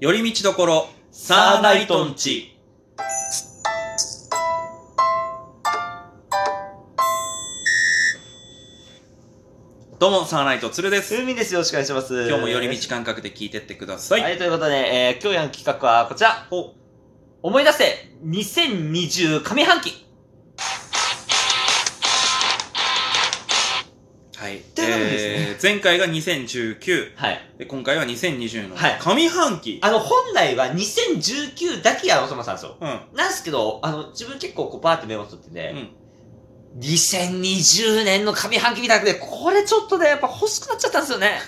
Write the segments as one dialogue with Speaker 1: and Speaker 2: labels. Speaker 1: 寄り道どころ、サーナイトンチ。どうも、サーナイトつるです。
Speaker 2: 海ですよ、よろしくお願いします。
Speaker 1: 今日も寄り道感覚で聞いてってください。
Speaker 2: はい、ということで、えー、今日やる企画はこちら。
Speaker 1: お
Speaker 2: 思い出せ !2020 上半期
Speaker 1: はい。
Speaker 2: ということでですね
Speaker 1: えー前回が2019
Speaker 2: はい。
Speaker 1: で、今回は2020の
Speaker 2: はい
Speaker 1: 上半期。
Speaker 2: あの、本来は2019だけやろうと思ってたんですよ。
Speaker 1: うん。
Speaker 2: なんですけど、あの、自分結構こうバーってメモ取って
Speaker 1: う
Speaker 2: て、
Speaker 1: ん。
Speaker 2: 2020年の上半期見たくて、これちょっとね、やっぱ欲しくなっちゃったんですよ ね。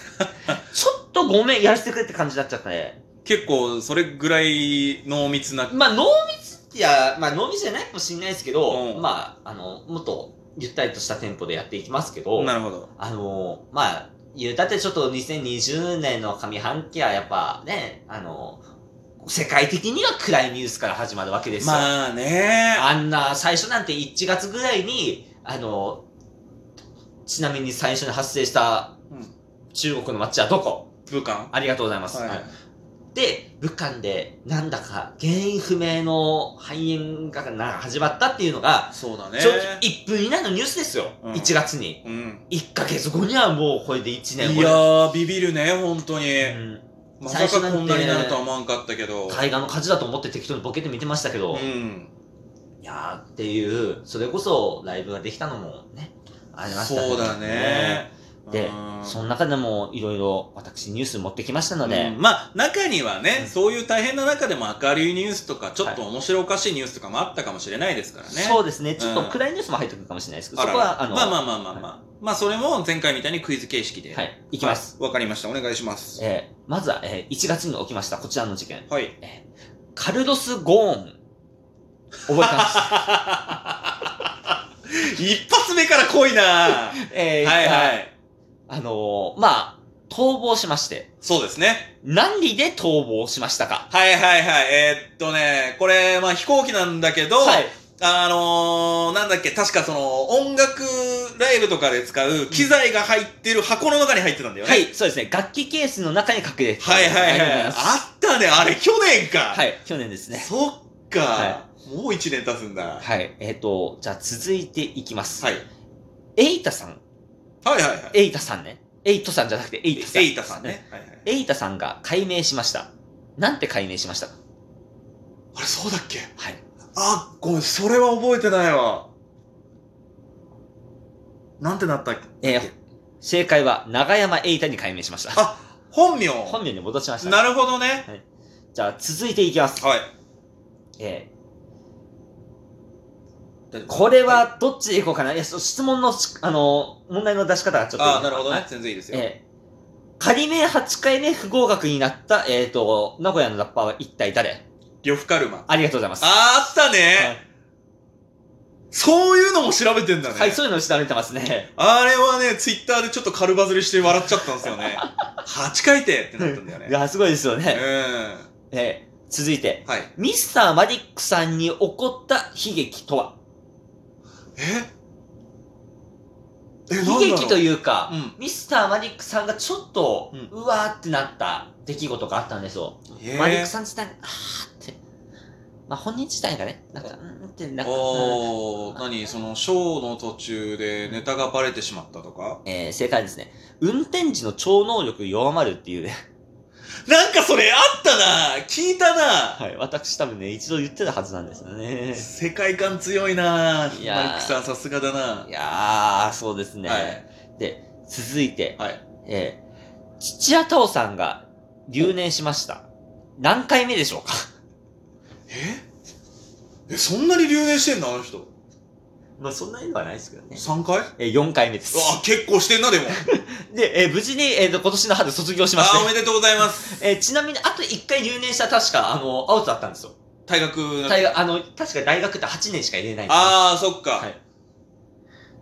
Speaker 2: ちょっとごめん、やらせてくれって感じになっちゃったね。
Speaker 1: 結構、それぐらい濃密な、
Speaker 2: まあ、濃密いや、まあ、濃密じゃないかもしれないですけど、
Speaker 1: うん
Speaker 2: まあ、あの、もっとゆったりとしたテンポでやっていきますけど、
Speaker 1: なるほど。
Speaker 2: あのーまあ、言うたってちょっと2020年の上半期はやっぱね、あのー世界的には暗いニュースから始まるわけですよ。
Speaker 1: まあね
Speaker 2: あんな、最初なんて1月ぐらいに、あのーちなみに最初に発生した
Speaker 1: うん
Speaker 2: 中国の街はどこ
Speaker 1: 武漢
Speaker 2: ありがとうございます。はいで、武漢でなんだか原因不明の肺炎がなんか始まったっていうのが、
Speaker 1: そうだね
Speaker 2: 正。直1分以内のニュースですよ。
Speaker 1: うん
Speaker 2: 1月に。
Speaker 1: うん。
Speaker 2: 1ヶ月後にはもうこれで1
Speaker 1: い
Speaker 2: 年
Speaker 1: や
Speaker 2: 後
Speaker 1: ー、ビビるね、本当に。
Speaker 2: うん
Speaker 1: まさかこんなになるとは思わんかったけど。
Speaker 2: 海岸の火事だと思って適当にボケて見てましたけど、
Speaker 1: う
Speaker 2: い
Speaker 1: ん。
Speaker 2: やーっていう、それこそライブができたのもね、ありました
Speaker 1: そうだね。
Speaker 2: で
Speaker 1: うん
Speaker 2: その中でもいろいろ私ニュース持ってきましたの
Speaker 1: う
Speaker 2: で、
Speaker 1: んまあ、中にはね、
Speaker 2: うん
Speaker 1: そういう大変な中でも明るいニュースとか、ちょっと
Speaker 2: は
Speaker 1: 面白おかしいニュースとかもあったかもしれないですからね。
Speaker 2: そうですね、
Speaker 1: ん
Speaker 2: ちょっと暗いニュースも入ってくるかもしれないですけど、
Speaker 1: あ
Speaker 2: そ
Speaker 1: ら
Speaker 2: こは、あの、
Speaker 1: まあまあまあまあまあ。まあ、それも前回みたいにクイズ形式で。
Speaker 2: は。い、いきます。。
Speaker 1: わかりました。お願いします。
Speaker 2: えーまずは、えー1月に起きました、こちらの事件。
Speaker 1: はい。
Speaker 2: カルロス・ゴーン。覚えてます。
Speaker 1: 一発目から濃いなは
Speaker 2: え
Speaker 1: い
Speaker 2: ー
Speaker 1: はい。
Speaker 2: あのーまあ、逃亡しまして、
Speaker 1: そうですね。
Speaker 2: 何で逃亡しましたか
Speaker 1: はいはいはい。えーっとね、これ、まあ飛行機なんだけど、
Speaker 2: はい。
Speaker 1: あのー、なんだっけ、確かその、音楽ライブとかで使う機材が入ってる箱の中に入ってたんだよね。
Speaker 2: はい、そうですね。楽器ケースの中に隠れてた
Speaker 1: はいはいはい。あ
Speaker 2: あ
Speaker 1: ったね、あれ、去年か。
Speaker 2: はい、去年ですね。
Speaker 1: そっか、
Speaker 2: は
Speaker 1: もう一年経つんだ。はい。
Speaker 2: はい、えっ、と、じゃあ続いていきます。。
Speaker 1: はいい
Speaker 2: エイタさん、
Speaker 1: はいはい。
Speaker 2: エイタさんね。エイトさんじゃなくてエイタさん。
Speaker 1: エイタさん。ね。はいはい、
Speaker 2: エイタさんが解明しました。なんて解明しましたか
Speaker 1: あれ、そうだっけ
Speaker 2: はい。
Speaker 1: あ、ごめん、それは覚えてないわ。なんてなったっけ
Speaker 2: えー正解は長山エイタに解明しました。
Speaker 1: あ本名。
Speaker 2: 本名に戻しました。
Speaker 1: なるほどね。
Speaker 2: じゃあ続いていきます。
Speaker 1: はい。
Speaker 2: えー
Speaker 1: 大丈夫
Speaker 2: これはどっちでいこうかな。いや、そ質問のし、あの、問題の出し方がちょっと。
Speaker 1: あなるほどね。。全然いいですよ。
Speaker 2: えー、仮名8回目不合格になった、えっ、と、名古屋のラッパーは一体誰
Speaker 1: 呂布カルマ。あ、
Speaker 2: ありがとうございます。
Speaker 1: あったね、そういうのも調べてんだね。
Speaker 2: はい、そういうのを調べてますね。
Speaker 1: あれはね、ツイッターでちょっと軽バズりして笑っちゃったんですよね。8回転ってなったんだよね。
Speaker 2: いや、すごいですよ
Speaker 1: うん。
Speaker 2: ね。
Speaker 1: は
Speaker 2: えー、続いて、
Speaker 1: い。
Speaker 2: ミスターマリックさんに起こった悲劇とは
Speaker 1: ええ、なんだろう
Speaker 2: 悲劇というか、
Speaker 1: うん。
Speaker 2: ミスターマリックさんがちょっと、
Speaker 1: うん
Speaker 2: うわーってなった出来事があったんですよ。
Speaker 1: えー
Speaker 2: マリックさん自体が、あーって。まあ、本人自体がね、なんか、うーんって、なんか、
Speaker 1: おー、何その、ショーの途中でネタがバレてしまったとか
Speaker 2: えー、正解ですね。運転時の超能力弱まるっていうね。
Speaker 1: なんかそれあったな聞いたな、
Speaker 2: はい。私多分ね、一度言ってたはずなんですよね。
Speaker 1: 世界観強いないマリ
Speaker 2: やー
Speaker 1: ックさんさすがだない
Speaker 2: やー、そうですね。
Speaker 1: はい。
Speaker 2: 続いて、
Speaker 1: はい。
Speaker 2: えー、土屋太鳳さんが留年しました。何回目でしょうか
Speaker 1: ええ、そんなに留年してんのあの人。
Speaker 2: まあ、そんなにはないですけどね。
Speaker 1: 3回うわ、
Speaker 2: えー、4回目です。
Speaker 1: 結構してんな、 でも。
Speaker 2: で、えー無事に、えーと、今年の春卒業しまし
Speaker 1: あー、お
Speaker 2: て、
Speaker 1: めでとうございます。
Speaker 2: えーちなみにあと1回留年した確か、あの、アウトだったんですよ。
Speaker 1: 退学な
Speaker 2: 大学、あの、確か大学って8年しか入れないんですよ
Speaker 1: ああ、そっか。
Speaker 2: はい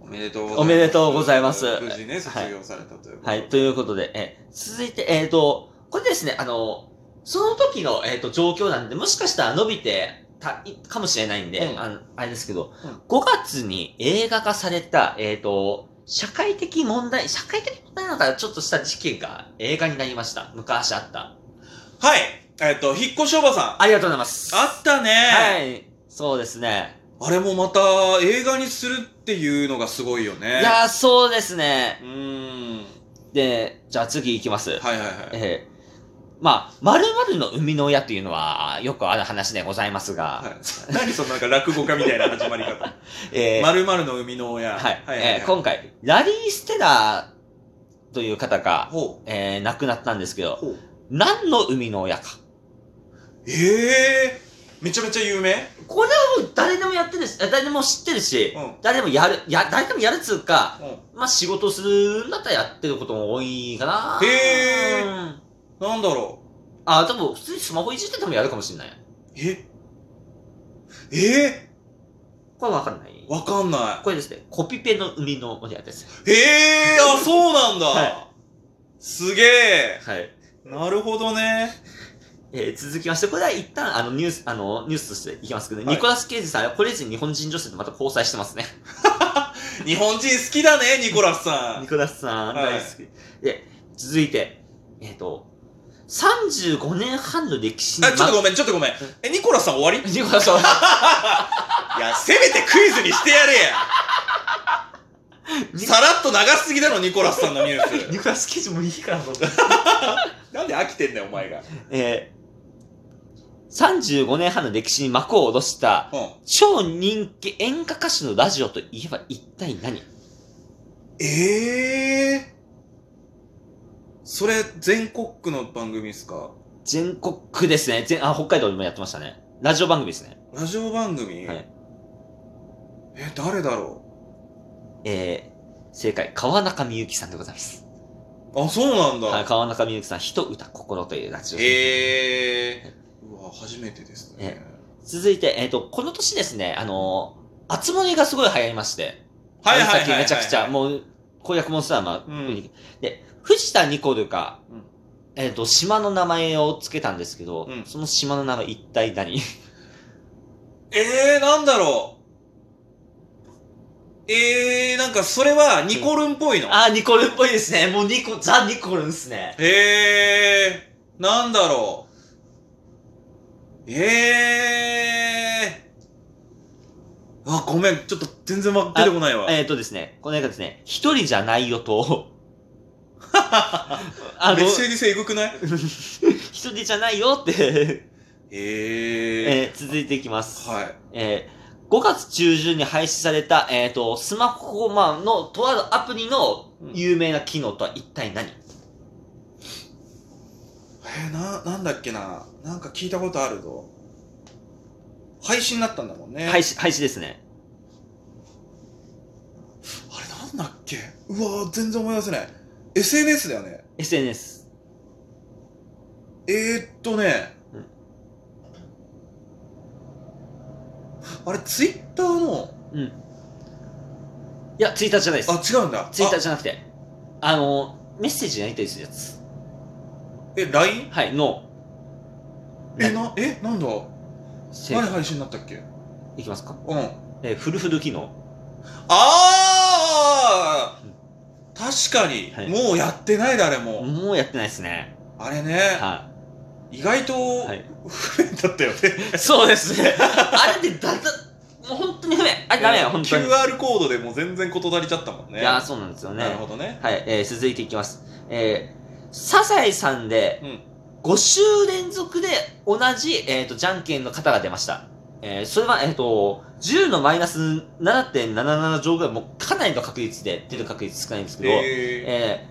Speaker 1: おめでとうございます。
Speaker 2: おめでとうございます
Speaker 1: 無事ね、卒業されたということ
Speaker 2: はい、ということで、えー続いて、えっ、と、これですね、あの、その時の、えー、と状況なんで、もしかしたら伸びてたいかもしれないんで、
Speaker 1: うん
Speaker 2: あのあれですけど、
Speaker 1: うん
Speaker 2: 5月に映画化された、えっ、と、社会的問題、社会的問題なんかちょっとした事件が映画になりました。昔あった。
Speaker 1: はい。えっと、引っ越しおばさん。
Speaker 2: ありがとうございます。
Speaker 1: あったね、
Speaker 2: はい。そうですね。
Speaker 1: あれもまた映画にするっていうのがすごいよね。
Speaker 2: いやー、そうですね。
Speaker 1: うーん。
Speaker 2: で、じゃあ次行きます。
Speaker 1: はいはいはい。
Speaker 2: えーまあ、〇〇の生みの親っていうのは、よくある話でございますが、
Speaker 1: はい、何そのなんか落語家みたいな始まり方。
Speaker 2: えー
Speaker 1: まるまるの生みの親。
Speaker 2: はい、
Speaker 1: はい
Speaker 2: えー今回、ラリー・ステラーという方が、
Speaker 1: ほ
Speaker 2: えー亡くなったんですけ
Speaker 1: う。
Speaker 2: ど、
Speaker 1: ほう。
Speaker 2: 何の生みの親か。
Speaker 1: ええめちゃめちゃ有名
Speaker 2: これはもう誰でもやってるし、あ誰でも知ってるし
Speaker 1: う、ん。うん。
Speaker 2: 誰でもやる、や、誰でもやるっつうか、
Speaker 1: うん
Speaker 2: まあ仕事するんだったらやってることも多いかな。
Speaker 1: へー
Speaker 2: うん
Speaker 1: なんだろ
Speaker 2: あ、多分普通にスマホいじっててもやるかもしれない。
Speaker 1: う。ええ
Speaker 2: これわかんない
Speaker 1: ー、。わかんな
Speaker 2: これですね、コピペの生みの親です。
Speaker 1: い。ええー、あ、そうなんだ。
Speaker 2: は
Speaker 1: すげえ。
Speaker 2: はい。
Speaker 1: なるほどね。
Speaker 2: えー続きまして、これは一旦、あの、ニュース、あの、ニュースとしていきますけど、
Speaker 1: はい
Speaker 2: ニコラス・ケイジさんはこれ以上日本人女性とまた交際してますね。
Speaker 1: 日本人好きだね、ニコラスさ
Speaker 2: ニ
Speaker 1: ん。
Speaker 2: コラスさん、
Speaker 1: はい
Speaker 2: 大好き。で、続いて、えっ、と、35年半の歴史に、
Speaker 1: あ、ちょっとごめん、ちょっとごめん。え、ニコラスさん終わり
Speaker 2: ニコラスさ
Speaker 1: いや、せめてクイズにしてやれや。 さらっと長すぎだろ、ニコラスさんのニュ
Speaker 2: ん、
Speaker 1: ー
Speaker 2: ニコラス・ケイジもいいから、そんな
Speaker 1: ス。 なんで飽きてんだよ、お前が。う
Speaker 2: えー、35年半の歴史に幕を下ろした、
Speaker 1: ん。
Speaker 2: 超人気演歌歌手のラジオといえば一体何
Speaker 1: ええそれ、全国区の番組ですか
Speaker 2: 全国区ですね。全、あ、北海道でもやってましたね。ラジオ番組ですね。
Speaker 1: ラジオ番組、
Speaker 2: はい
Speaker 1: え、誰だろ
Speaker 2: えー、正解、川中美幸さんでございます。
Speaker 1: うあ、そうなんだ。
Speaker 2: はい、川中美幸さん、ひと歌心というラジオ。
Speaker 1: ええうわ、初めてですね。
Speaker 2: 続いて、えっ、と、この年ですね、あのー、厚盛りがすごい流行りまして。
Speaker 1: はいはいはいはい、
Speaker 2: あの先めちゃくちゃ、もう、攻略モンスターマン、
Speaker 1: うん
Speaker 2: で、藤田ニコルが、
Speaker 1: うん
Speaker 2: えっ、と、島の名前を付けたんですけど、
Speaker 1: うん
Speaker 2: その島の名前一体何
Speaker 1: ええなんだろう。ええなんかそれはニコルンっぽいの。
Speaker 2: あー、ニコルっぽいですね。もうニコ、ザ・ニコルですね。
Speaker 1: ええなんだろう。ええあ、ごめん。ちょっと全然わ出てこないわ。
Speaker 2: えっ、とですね、この映画ですね、一人じゃないよ と、あの、
Speaker 1: メッセージ性エグくない
Speaker 2: 一人じゃないよって、
Speaker 1: ええ
Speaker 2: えー続いていきます。
Speaker 1: はい。
Speaker 2: えー5月中旬に廃止された、えっ、と、スマホマンのとあるアプリの有名な機能とは一体何、
Speaker 1: えー、な、なんだっけな。なんか聞いたことあるぞ。配信になったんだもんね。
Speaker 2: 廃止、廃止ですね。
Speaker 1: あれなんだっけうわー全然思い出せない。SNS だよね。
Speaker 2: SNS。
Speaker 1: えー、っとね。
Speaker 2: うん
Speaker 1: あれ、ツイッターの、
Speaker 2: いや、ツイッターじゃないです。
Speaker 1: あ、違うんだ。
Speaker 2: ツイッター
Speaker 1: あ
Speaker 2: じゃなくて、あの、メッセージやりたいするやつ。
Speaker 1: え、LINE?
Speaker 2: はい、の、
Speaker 1: え、な、え、なんだ
Speaker 2: せ
Speaker 1: 何配信になったっけ
Speaker 2: いきますか。
Speaker 1: うん。
Speaker 2: えーフルフル機能。
Speaker 1: あー確かに、
Speaker 2: はい
Speaker 1: もうやってない誰も。
Speaker 2: もうやってないですね。
Speaker 1: あれね、
Speaker 2: は
Speaker 1: 意外と
Speaker 2: い。はい。
Speaker 1: 不便だったよね。
Speaker 2: そうで すね。あれってだだ、もう本当に不便。あれ ダメよ、本当に。
Speaker 1: QR コードでもう全然事足りちゃったもんね。
Speaker 2: いやー、そうなんですよ
Speaker 1: なる
Speaker 2: ね。
Speaker 1: ほどね。
Speaker 2: はい、えー、続いていきます。えー、サザエさんで
Speaker 1: うん、
Speaker 2: 5週連続で同じ、えっ、と、じゃんけんの方が出ました。えー、それは、えっ、と、10のマイナス7.77乗ぐらい、もうかなりの確率で出る確率少ないんですけど、え
Speaker 1: え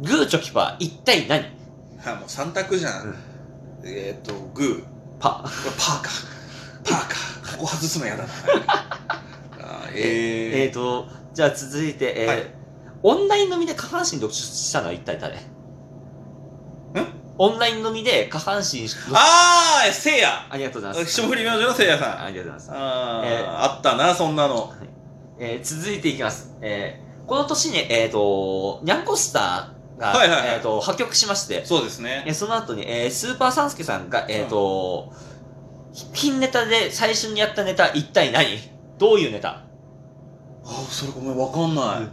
Speaker 2: ーグーチョキパー、一体何
Speaker 1: ー、あもう三択じゃん。
Speaker 2: うん
Speaker 1: えーっと、グー。こ
Speaker 2: パー。
Speaker 1: れパーか。パーか。ここ外すのやだ な。あー
Speaker 2: え
Speaker 1: え
Speaker 2: っ、と、じゃあ続いて、えー
Speaker 1: はい
Speaker 2: オンライン飲みで下半身読書したのは一体誰んオンライン飲みで下半身
Speaker 1: ー、あー、せいや。
Speaker 2: ありがとうございます。
Speaker 1: 霜降り明星のせいやさん。
Speaker 2: ありがとうございます。
Speaker 1: あー、
Speaker 2: えー
Speaker 1: あったな、そんなの。
Speaker 2: えー続いていきます。えーこの年に、えっ、と、ニャンコスターが、
Speaker 1: はいはいはい
Speaker 2: えっ、と、破局しまして、
Speaker 1: そうですね。
Speaker 2: えーその後に、えースーパーサンスケさんが、えっ、と、金ネタで最初にやったネタ、一体何どういうネタ
Speaker 1: あー、それごめん、わかんない。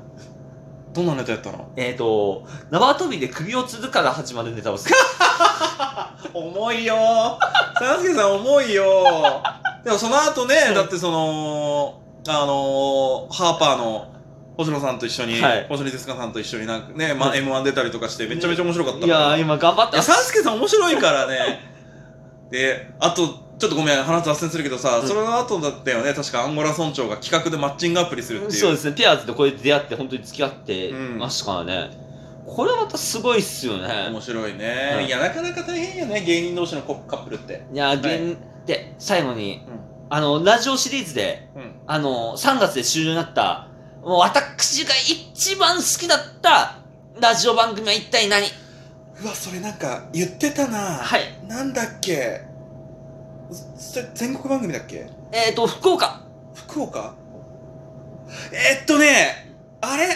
Speaker 1: どんなネタやったの
Speaker 2: えっ、と、縄跳びで首をつるから始まるネタをする。
Speaker 1: 重いよー。サスケさん重いよー。でもその後ね、だってその、あのー、ハーパーの星野さんと一緒に、
Speaker 2: はい
Speaker 1: 星野哲香さんと一緒になんかね、ま
Speaker 2: う
Speaker 1: あ、M1 出たりとかしてめちゃめちゃ面白かったもん。
Speaker 2: いやー、今頑張っ
Speaker 1: い
Speaker 2: た
Speaker 1: や、。サスケさん面白いから ね。で、あと、ちょっとごめん、話脱線するけどさ、
Speaker 2: うん
Speaker 1: それの後だったよね、確かアンゴラ村長が企画でマッチングアプリするってい
Speaker 2: そう
Speaker 1: う。
Speaker 2: ですね、ペアーズでこうやって出会って、本当に付き合って
Speaker 1: うん
Speaker 2: ましたからね。これまたすごいっすよね。
Speaker 1: 面白いね、
Speaker 2: うん
Speaker 1: いや、なかなか大変よね、芸人同士のコカップルって。
Speaker 2: いやー、
Speaker 1: はい
Speaker 2: 現で、最後に、
Speaker 1: うん
Speaker 2: あの、ラジオシリーズで、
Speaker 1: うん。
Speaker 2: あの、3月で終了になった、もう私が一番好きだったラジオ番組は一体何
Speaker 1: うわ、それなんか、言ってたな。
Speaker 2: はい。
Speaker 1: なんだっけそれ全国番組だっけ
Speaker 2: えっ、ー、と、福岡。
Speaker 1: 福岡えーっとね、あれ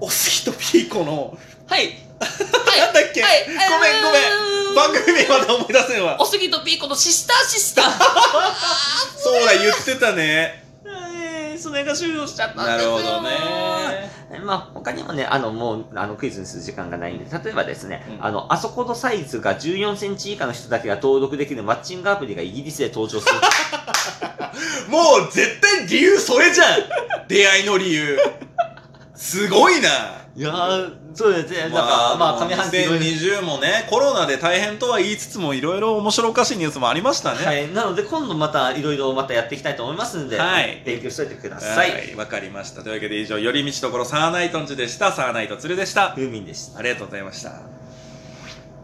Speaker 1: おすぎとピーコの、
Speaker 2: はい。
Speaker 1: なんだっけ、
Speaker 2: はい。
Speaker 1: ごめんごめん。
Speaker 2: ん
Speaker 1: 番組名まだ思い出せんわ
Speaker 2: お。すぎとピーコのシスターシスタ
Speaker 1: そうだ、言ってたね。
Speaker 2: ー。 はいそれが終了しちゃったん
Speaker 1: な
Speaker 2: で
Speaker 1: る
Speaker 2: すよ
Speaker 1: ほどね。
Speaker 2: まあ他にもねあのもうあのクイズにする時間がないんで例えばですね、
Speaker 1: うん
Speaker 2: あのあそこのサイズが1 4センチ以下の人だけが登録できるマッチングアプリがイギリスで登場する
Speaker 1: もう絶対理由それじゃん出会いの理由。すごいな。
Speaker 2: いやーそうですねだからまあ上半期いろいろ
Speaker 1: 2020もね、コロナで大変とは言いつつも、いろいろ面白おかしいニュースもありましたね。
Speaker 2: はい、なので今度またいろいろまたやっていきたいと思いますんで、
Speaker 1: はい
Speaker 2: 勉強しといてくださ。
Speaker 1: はいい、わ、かりました。というわけで以上、寄り道ところサーナイトンチでした。サーナイトツルでした。
Speaker 2: ふうみんでした。
Speaker 1: ありがとうございました。